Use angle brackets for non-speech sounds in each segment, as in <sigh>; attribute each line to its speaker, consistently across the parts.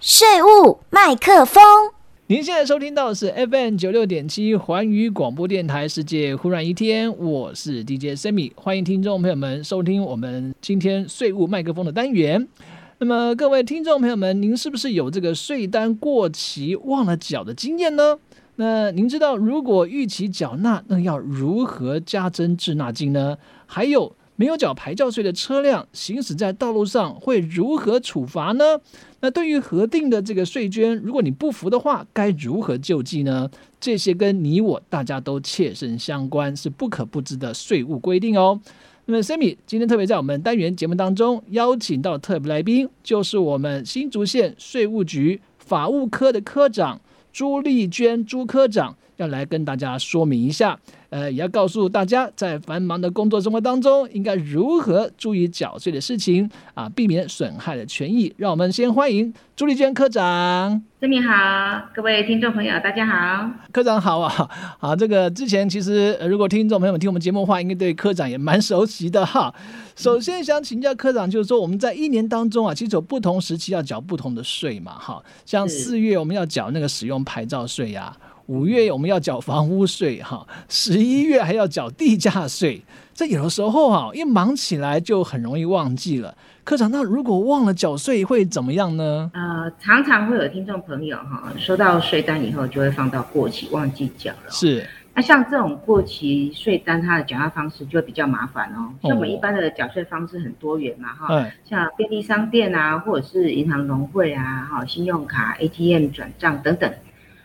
Speaker 1: 税务麦克风。
Speaker 2: 您现在收听到的是 FM 九六点七环宇广播电台《世界忽然一天》，我是 DJ Sammy，欢迎听众朋友们收听我们今天税务麦克风的单元。那么各位听众朋友们，您是不是有这个税单过期忘了缴的经验呢？那您知道如果逾期缴纳，那要如何加征滞纳金呢？还有没有缴牌照税的车辆行驶在道路上会如何处罚呢？那对于核定的这个税捐，如果你不服的话，该如何救济呢？这些跟你我大家都切身相关，是不可不知的税务规定哦。那么，Sammy 今天特别在我们单元节目当中邀请到特别来宾，就是我们新竹县税务局法务科的科长朱丽娟朱科长，要来跟大家说明一下，呃，也要告诉大家在繁忙的工作生活当中，应该如何注意缴税的事情啊，避免损害的权益。让我们先欢迎朱丽娟科长。
Speaker 3: 郑明好，各位听众朋友，大家好。
Speaker 2: 科长好啊， <laughs> 啊，这个之前其实、呃如果听众朋友们听我们节目的话，应该对科长也蛮熟悉的哈。
Speaker 3: 嗯
Speaker 2: 首先想请教科长，就是说我们在一年当中啊，其实有不同时期要缴不同的税嘛，哈，像
Speaker 3: 是
Speaker 2: 四月我们要缴那个使用牌照税呀、五月我们要缴房屋税哈，十一月还要缴地价税。这有的时候啊，一忙起来就很容易忘记了。科长，那如果忘了缴税会怎么样呢？
Speaker 3: 呃，常常会有听众朋友哈、收到税单以后就会放到过期，忘记缴了。
Speaker 2: 是
Speaker 3: 那像这种过期税单，它的缴纳方式就会比较麻烦哦。像我们
Speaker 2: 哦
Speaker 3: 一般的缴税方式很多元嘛哈，
Speaker 2: 哎，
Speaker 3: 像便利商店啊，或者是银行融汇啊，哈，信用卡、ATM 转账等等。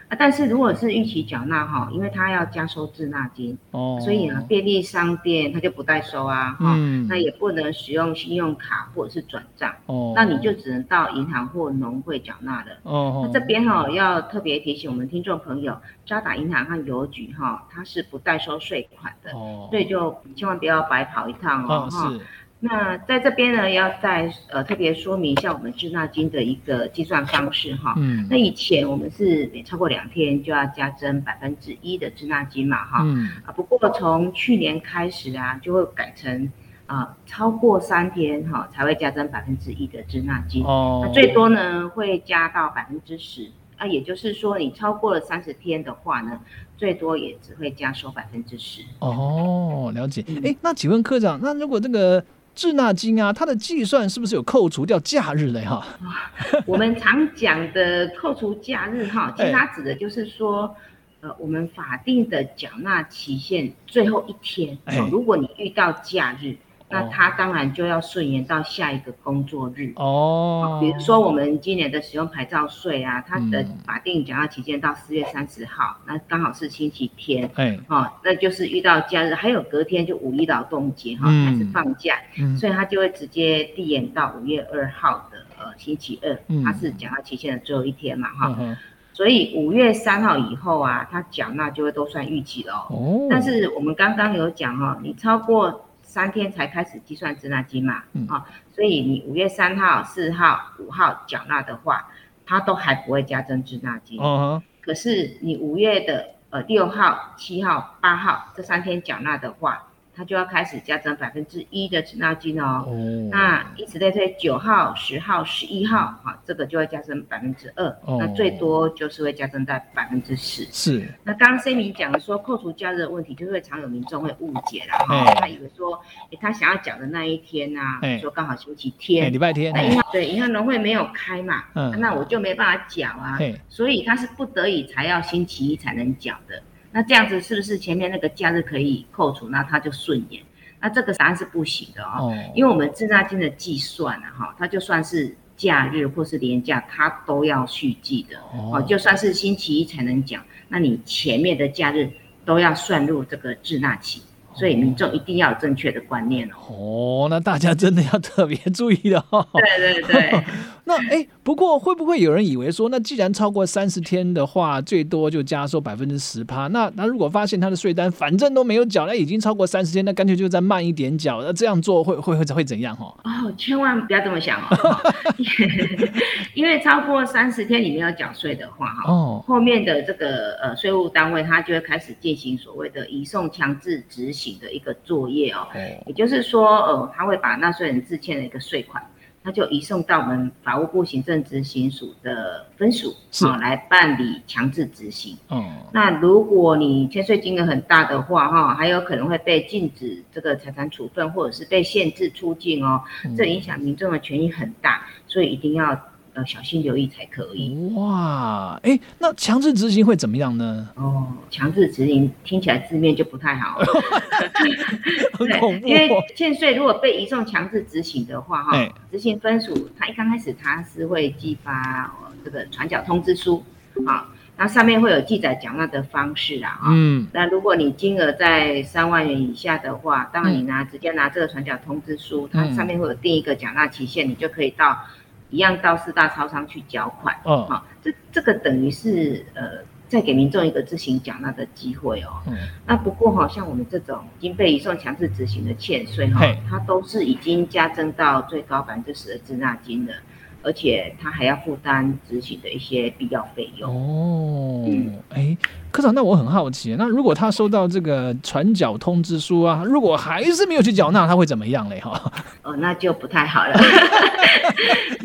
Speaker 3: 啊，但是如果是逾期缴纳哈，因为它要加收滞纳金，
Speaker 2: 哦，
Speaker 3: 所以啊呢，便利商店它就不代收啊，哈、
Speaker 2: 嗯
Speaker 3: 那也不能使用信用卡或者是转账，
Speaker 2: 哦，
Speaker 3: 那你就只能到银行或农会缴纳了。
Speaker 2: 哦
Speaker 3: 那，这边哈、要特别提醒我们听众朋友，渣打银行和邮局哈、它是不代收税款的，
Speaker 2: 哦，
Speaker 3: 所以就千万不要白跑一趟
Speaker 2: 啊
Speaker 3: 哦哈、
Speaker 2: 是
Speaker 3: 那在这边呢，要再呃特别说明一下我们滞纳金的一个计算方式哈、
Speaker 2: 嗯
Speaker 3: 那以前我们是每超过两天就要加征百分之一的滞纳金嘛哈、
Speaker 2: 嗯
Speaker 3: 啊，不过从去年开始啊，就会改成啊、超过三天哈、才会加征百分之一的滞纳金，
Speaker 2: 哦
Speaker 3: 那，啊最多呢会加到百分之十。啊，也就是说，你超过了三十天的话呢，最多也只会加收百分之十。
Speaker 2: <laughs> 哦，了解。
Speaker 3: 嗯
Speaker 2: 哎，那请问科长，那如果这个滞纳金啊，它的计算是不是有扣除掉假日嘞？哈，
Speaker 3: 我们常讲的扣除假日
Speaker 2: 哎
Speaker 3: 哈，其实它指的就是说，呃，我们法定的缴纳期限最后一天，
Speaker 2: 哎
Speaker 3: 哦如果你遇到假日，那
Speaker 2: 哦
Speaker 3: 它当然就要顺延到下一个工作日。
Speaker 2: 哦，
Speaker 3: 比如说我们今年的使用牌照税啊，它的
Speaker 2: 嗯
Speaker 3: 法定缴纳期间到四月三十号，那刚好是星期天。
Speaker 2: 哎，
Speaker 3: 哦，那就是遇到假日，还有隔天就五一劳动节哈，
Speaker 2: 嗯
Speaker 3: 它是放假，
Speaker 2: 嗯，
Speaker 3: 所以它就会直接递延到五月二号的呃星期二
Speaker 2: 嗯，
Speaker 3: 它是缴纳期限的最后一天嘛哈，
Speaker 2: 嗯哼
Speaker 3: 所以五月三号以后啊，它缴纳就会都算预期了哦。
Speaker 2: 哦，
Speaker 3: 但是我们刚刚有讲哦，你超过三天才开始计算滞纳金嘛，
Speaker 2: 嗯
Speaker 3: 啊，所以你五月三号、四号、五号缴纳的话，它都还不会加征滞纳金。
Speaker 2: 哦
Speaker 3: 可是你五月的呃六号、七号、八号这三天缴纳的话，它就要开始加征百分之一的滞纳金
Speaker 2: 哈
Speaker 3: 哦。
Speaker 2: 哦，
Speaker 3: 那以此类推，九号、十号、十一号，啊，这个就会加征百分之二，
Speaker 2: 哦
Speaker 3: 那最多就是会加征到百分之十。
Speaker 2: 是
Speaker 3: 那刚刚 Sammy 讲的说扣除假日的问题，就是会常有民众会误解啦，哈、
Speaker 2: 哎
Speaker 3: 他以为说，诶他想要缴的那一天呐、
Speaker 2: 哎
Speaker 3: 说刚好星期
Speaker 2: 哎，
Speaker 3: 天
Speaker 2: 礼，拜天，
Speaker 3: 那
Speaker 2: 哎
Speaker 3: 银行对银行农会没有开嘛，啊
Speaker 2: 嗯
Speaker 3: 那我就没办法缴啊，
Speaker 2: 哎，
Speaker 3: 所以他是不得已才要星期一才能缴的。那这样子是不是前面那个假日可以扣除，那他就顺延？那这个答案是不行的哦，
Speaker 2: 哦，
Speaker 3: 因为我们滞纳金的计算啊，哈，它就算是假日或是年假，它都要续计的
Speaker 2: 哦
Speaker 3: 哦。就算是星期一才能缴，那你前面的假日都要算入这个滞纳期，所以民众一定要有正确的观念哦。
Speaker 2: 哦，那大家真的要特别注意了哈。
Speaker 3: 对对对，
Speaker 2: 那哎，不过会不会有人以为说，那既然超过三十天的话，最多就加收百分之十趴？那那如果发现他的税单反正都没有缴，那已经超过三十天，那干脆就再慢一点缴。那这样做会会会会怎样哦？
Speaker 3: <laughs> 哦，千万不要这么 <laughs> 想哦，因为超过三十天你没有缴税的话，哈、
Speaker 2: 哦，
Speaker 3: 后面的这个呃税务单位它就会开始进行所谓的移送强制执行的一个作业哦，
Speaker 2: 哦，
Speaker 3: 也就是说，呃，他会把纳税人自欠的一个税款那就移送到我们法务部行政执行署的分署，
Speaker 2: 是
Speaker 3: 好、来办理强制执行。
Speaker 2: 嗯，
Speaker 3: 那如果你欠税金额很大的话，哈，还有可能会被禁止这个财产处分，或者是被限制出境哦，这影响民众的权益很大，所以一定要呃小心留意才可以。
Speaker 2: 哇，哎，那强制执行会怎么样呢？
Speaker 3: 哦，强制执行听起来字面就不太好了，
Speaker 2: 很
Speaker 3: 对
Speaker 2: 恐怖
Speaker 3: 因为
Speaker 2: 哦。
Speaker 3: 欠税如果被移送强制执行的话，哈、
Speaker 2: 哎
Speaker 3: 执行分署它一刚开始它是会寄发、哦这个传缴通知书，啊、那上面会有记载缴纳的方式啊，啊、
Speaker 2: 嗯，
Speaker 3: 那如果你金额在三万元以下的话，当然你拿、直接拿这个传缴通知书，它
Speaker 2: 嗯
Speaker 3: 上面会有定一个缴纳期限，你就可以到一样到四大超商去缴款。
Speaker 2: 哦，
Speaker 3: 好、这这个等于是呃，再给民众一个自行缴纳的机会哦。
Speaker 2: 嗯
Speaker 3: 那不过哈、像我们这种已经被移送强制执行的欠税哈、
Speaker 2: 嘿
Speaker 3: 它都是已经加征到最高百分之十的滞纳金了，而且它还要负担执行的一些必要费用。
Speaker 2: 哦
Speaker 3: 嗯，
Speaker 2: 哎，科长，那我很好奇，那如果他收到这个传缴通知书啊，如果还是没有去缴纳，他会怎么样嘞？哈，
Speaker 3: 哦，那就不太
Speaker 2: <laughs>
Speaker 3: 好了。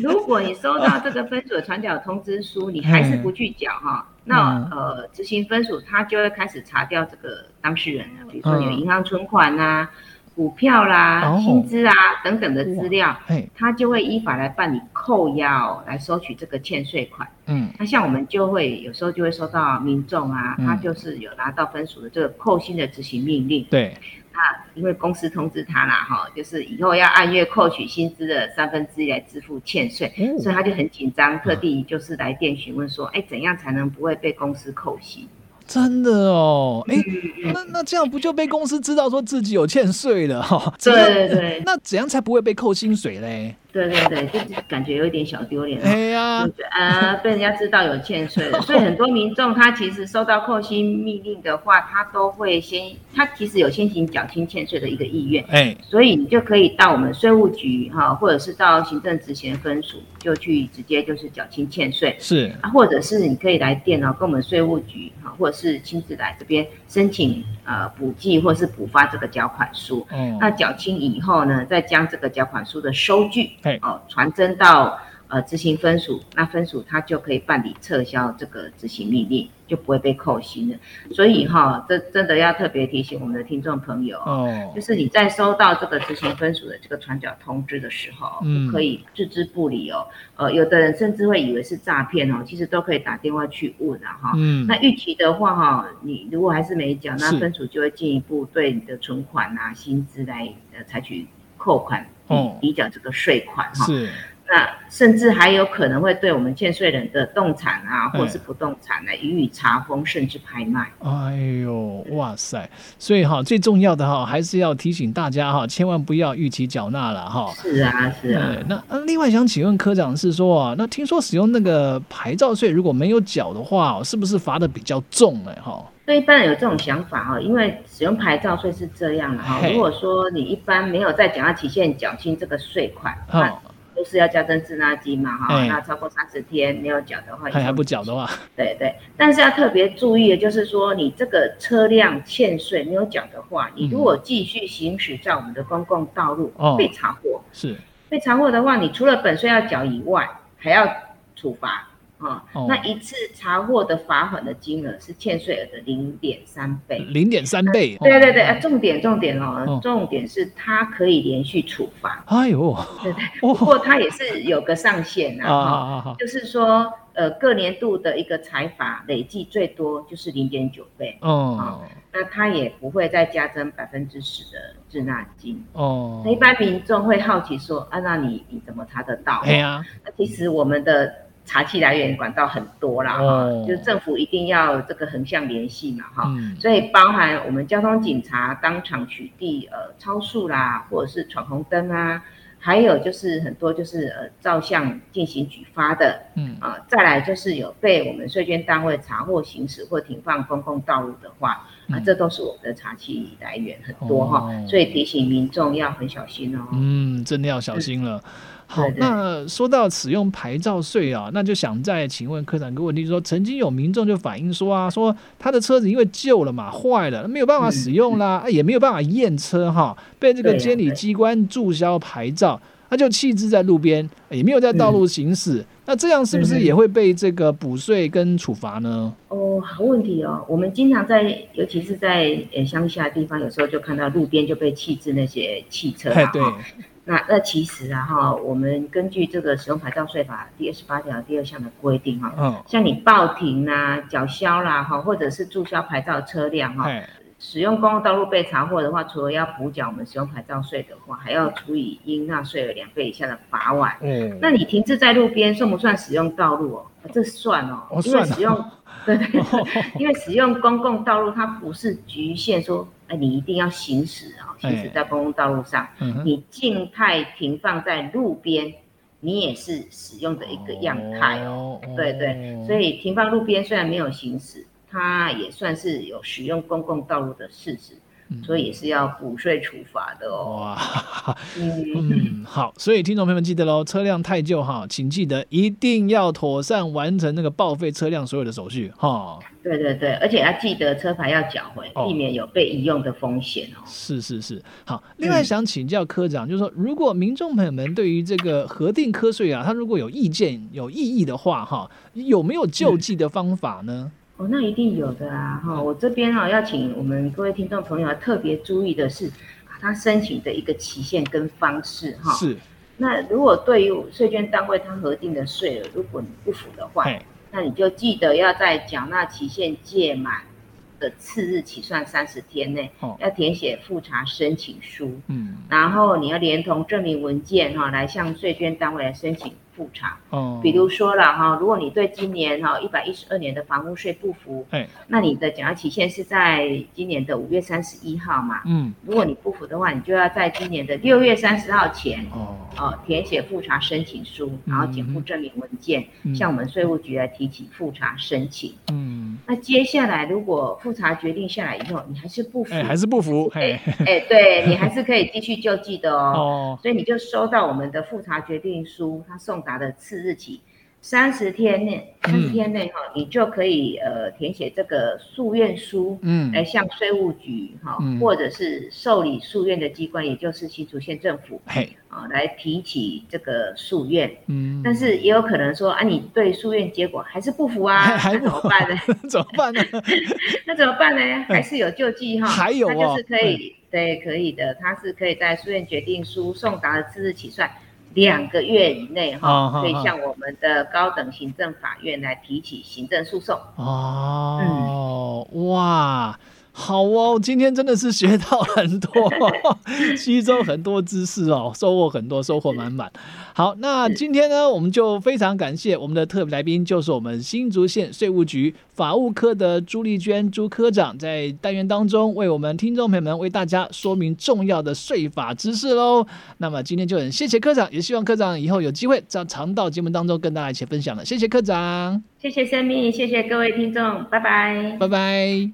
Speaker 3: 如果你收到这个分署的传缴通知书，你还是不去缴哈，那
Speaker 2: 嗯
Speaker 3: 呃，执行分署他就会开始查掉这个当事人了，比如说你有
Speaker 2: 嗯
Speaker 3: 银行存款啊、股票啦、
Speaker 2: 哦
Speaker 3: 薪资啊等等的
Speaker 2: 哇
Speaker 3: 资料，
Speaker 2: 嘿，
Speaker 3: 他就会依法来办理扣押哦、来收取这个欠税款。
Speaker 2: 嗯，
Speaker 3: 那像我们就会有时候就会收到民众啊，他
Speaker 2: 嗯
Speaker 3: 就是有拿到分署的这个扣薪的执行命令。
Speaker 2: 对，
Speaker 3: 那因为公司通知他啦，哈，就是以后要按月扣取薪资的三分之一来支付欠税，所
Speaker 2: 哦，
Speaker 3: 以他就很紧张，特地就是来电询问说，哎，怎样才能不会被公司扣息？
Speaker 2: 真的哦，哎，
Speaker 3: 嗯
Speaker 2: 那那这样不就被公司知道说自己有欠税了 <laughs> 哈？
Speaker 3: 对
Speaker 2: 怎样
Speaker 3: 对对
Speaker 2: 那怎样才不会被扣薪水嘞？
Speaker 3: 对对对，就是感觉有一点小丢脸
Speaker 2: 哎
Speaker 3: 哦。
Speaker 2: 呀
Speaker 3: 就，是呃，被人家知道有欠税了，所以很多民众他其实收到扣薪命令的话，他都会先，他其实有先行缴清欠税的一个意愿，
Speaker 2: 哎，
Speaker 3: 所以你就可以到我们税务局哈、或者是到行政执行分署，就去直接就是缴清欠税。
Speaker 2: 是，
Speaker 3: 啊，或者是你可以来电哦，跟我们税务局哈，或者是亲自来这边申请呃补寄或是补发这个缴款书。
Speaker 2: 哦，
Speaker 3: 那缴清以后呢，再将这个缴款书的收据
Speaker 2: 嘿
Speaker 3: 哦传真到呃执行分署，那分署它就可以办理撤销这个执行命令，就不会被扣薪了。所以哈、这真的要特别提醒我们的听众朋友哦
Speaker 2: 哦
Speaker 3: 就，是你在收到这个执行分署的这个传缴通知的时候，
Speaker 2: 嗯
Speaker 3: 不可以置之不理哦。呃，有的人甚至会以为是诈骗哦，其实都可以打电话去问啊哈。
Speaker 2: 嗯，
Speaker 3: 那逾期的话哈、你如果还是没缴，那
Speaker 2: 是
Speaker 3: 分署就会进一步对你的存款啊、薪资来呃采取扣款，
Speaker 2: 哦
Speaker 3: 抵抵缴这个税款哈、
Speaker 2: 是，
Speaker 3: 那甚至还有可能会对我们欠税人的动产啊，
Speaker 2: 嗯
Speaker 3: 或者是不动产来予以查封，甚至拍卖。
Speaker 2: 哎呦，哇塞！所以哈，最重要的哈，还是要提醒大家哈，千万不要逾期缴纳了哈。
Speaker 3: 是啊，是啊。
Speaker 2: 呃，那呃另外想请问科长是说啊，那听说使用那个牌照税如果没有缴的话哦，是不是罚的比较重呢？哈？
Speaker 3: 对一般人有这种想法哦，因为使用牌照税是这样的哈、
Speaker 2: 嘿
Speaker 3: 如果说你一般没有在缴纳期限缴清这个税款，那
Speaker 2: 哦，
Speaker 3: 都是要加征滞纳金嘛哈、
Speaker 2: 哎
Speaker 3: 那超过三十天没有缴的话，
Speaker 2: 还还不缴的话，
Speaker 3: 对对，但是要特别注意的就是说，你这个车辆欠税没有缴的话，你如果继续行驶在我们的公共道路、
Speaker 2: 嗯哦
Speaker 3: 被查获，
Speaker 2: 是
Speaker 3: 被查获的话，你除了本税要缴以外，还要处罚啊、
Speaker 2: 哦
Speaker 3: 那一次查获的罚款的金额是欠税额的零点三倍。
Speaker 2: 零点三倍。嗯哦
Speaker 3: 对对对，啊，重点重点哦，
Speaker 2: 哦
Speaker 3: 重点是它可以连续处罚，
Speaker 2: 哎呦，
Speaker 3: 对对。不
Speaker 2: 哦
Speaker 3: 过它也是有个上限
Speaker 2: 啊
Speaker 3: 呐、
Speaker 2: 啊
Speaker 3: 啊，哈
Speaker 2: 啊啊！
Speaker 3: 就是说，呃，各年度的一个财罚累计最多就是零点九倍，
Speaker 2: 哦
Speaker 3: 那它也不会再加征百分之十的滞纳金。
Speaker 2: 哦
Speaker 3: 那，一般民众会好奇说，啊，那你你怎么查得到？
Speaker 2: 哎呀，
Speaker 3: 那其实我们的查气来源管道很多啦，哈、
Speaker 2: 哦
Speaker 3: 就是政府一定要这个横向联系嘛，哈、
Speaker 2: 嗯，
Speaker 3: 所以包含我们交通警察当场取缔呃超速啦，或者是闯红灯啊，还有就是很多就是呃照相进行举发的
Speaker 2: 嗯
Speaker 3: 啊、再来就是有被我们税捐单位查获行驶或停放公共道路的话，啊、
Speaker 2: 嗯
Speaker 3: 这都是我们的查气来源很多哈、
Speaker 2: 哦
Speaker 3: 所以提醒民众要很小心哦。
Speaker 2: 嗯，真的要小心了。好，
Speaker 3: 对对
Speaker 2: 那说到使用牌照税啊，那就想再请问科长个问题，说曾经有民众就反映说啊，说他的车子因为旧了嘛，坏了，没有办法
Speaker 3: 嗯
Speaker 2: 哎使用啦，啊也没有办法验车哈，被这个
Speaker 3: 对呀
Speaker 2: 监理
Speaker 3: 对
Speaker 2: 机关注销牌照。它就弃置在路边，也没有在道路行
Speaker 3: 嗯
Speaker 2: 驶。那这样是不是也会被这个补税跟处罚呢？
Speaker 3: 哦，好问题哦。我们经常在，尤其是在呃乡下地方，有时候就看到路边就被弃置那些汽车
Speaker 2: 哎
Speaker 3: 啊。，
Speaker 2: 对，
Speaker 3: 哈那那其实啊哈，我们根据这个使用牌照税法第二十八条第二项的规定哈，
Speaker 2: 嗯，
Speaker 3: 像你报停啦、缴销啦哈，或者是注销牌照车辆哈，
Speaker 2: 哎，
Speaker 3: 使用公共道路被查获的话，除了要补缴我们使用牌照税的话，还要处以应纳税额两倍以下的罚款。
Speaker 2: 嗯，
Speaker 3: 那你停滞在路边算不算使用道路哦？啊这算哦，
Speaker 2: 哦
Speaker 3: 因为
Speaker 2: 算哦
Speaker 3: 使
Speaker 2: <laughs>
Speaker 3: 用，对对对，因为使用公共道路它不是局限说，哎，你一定要行驶哦，行驶
Speaker 2: 哎
Speaker 3: 在公共道路上，
Speaker 2: 嗯哼
Speaker 3: 你静态停放在路边，你也是使用的一个样态哦。
Speaker 2: 哦，
Speaker 3: 对对，所以停放路边虽然没有行驶，它也算是有使用公共道路的事实，
Speaker 2: 嗯
Speaker 3: 所以也是要补税处罚的哦。
Speaker 2: 哇，
Speaker 3: 嗯，
Speaker 2: 嗯，好，所以听众朋友们记得喽，车辆太旧哈，请记得一定要妥善完成那个报废车辆所有的手续哈。
Speaker 3: 对对对，而且要记得车牌要缴回，
Speaker 2: 哦
Speaker 3: 避免有被遗用的风险哦。
Speaker 2: 是是是，好。另外想请教科长，就是说，如果民众朋友们对于这个核定科税啊，他如果有意见、有异议的话，哈，有没有救济的方法呢？
Speaker 3: 哦，那一定有的啊！哈、我这边哦，要请我们各位听众朋友啊特别注意的是，啊他申请的一个期限跟方式哈、
Speaker 2: 是，
Speaker 3: 那如果对于税捐单位他核定的税额，如果你不符的话，
Speaker 2: 嘿，
Speaker 3: 那你就记得要在缴纳期限届满的次日起算三十天内，
Speaker 2: 哦
Speaker 3: 要填写复查申请书，
Speaker 2: 嗯，
Speaker 3: 然后你要连同证明文件哈、来向税捐单位来申请复查。
Speaker 2: 哦，
Speaker 3: 比，如说了哈、如果你对今年哈一百一十二年的房屋税不服，
Speaker 2: 哎，
Speaker 3: 那你的缴纳期限是在今年的五月三十一号嘛？
Speaker 2: 嗯，
Speaker 3: 如果你不服的话，你就要在今年的六月三十号前
Speaker 2: 哦，
Speaker 3: 哦，填写复查申请书，然后减负证明文件，
Speaker 2: 嗯
Speaker 3: 向我们税务局来提起复查申请。
Speaker 2: 嗯，
Speaker 3: 那接下来，如果复查决定下来以后，你还是不服，
Speaker 2: 哎，还是不服，
Speaker 3: 哎
Speaker 2: 嘿，
Speaker 3: 哎，对你还是可以继续救济的哦。
Speaker 2: 哦，
Speaker 3: <laughs> 所以你就收到我们的复查决定书，它送达的次日起三十天内，三十
Speaker 2: 嗯
Speaker 3: 天内哈、你就可以呃填写这个诉愿书，
Speaker 2: 嗯，
Speaker 3: 来向税务局哈、
Speaker 2: 嗯
Speaker 3: 或者是受理诉愿的机关，也就是新竹县政府，
Speaker 2: 嘿，
Speaker 3: 啊、来提起这个诉愿，
Speaker 2: 嗯，
Speaker 3: 但是也有可能说啊，你对诉愿结果还是不服啊，
Speaker 2: 还
Speaker 3: 那
Speaker 2: 不
Speaker 3: 怎么办
Speaker 2: <laughs>
Speaker 3: 呢？
Speaker 2: <laughs> 怎么办呢？
Speaker 3: 那怎么办呢？还是有救济哈，
Speaker 2: 还有哦
Speaker 3: 它就是可以，对，可以的，它是可以在诉愿决定书送达的次日起算两个月以内
Speaker 2: 啊
Speaker 3: 哈，
Speaker 2: 哈
Speaker 3: 可以
Speaker 2: 哈
Speaker 3: 向我们的高等行政法院来提起行政诉讼。
Speaker 2: 哦，哇，好哦，今天真的是学到很多，吸收很多知识哦，收获很多，收获满满。好，那今天呢，我们就非常感谢我们的特别来宾，就是我们新竹县税务局法务科的朱丽娟朱科长，在单元当中为我们听众朋友们为大家说明重要的税法知识喽。那么今天就很谢谢科长，也希望科长以后有机会常常到节目当中跟大家一起分享了。谢谢科长，
Speaker 3: 谢谢生命，谢谢各位听众，拜拜。
Speaker 2: 拜拜。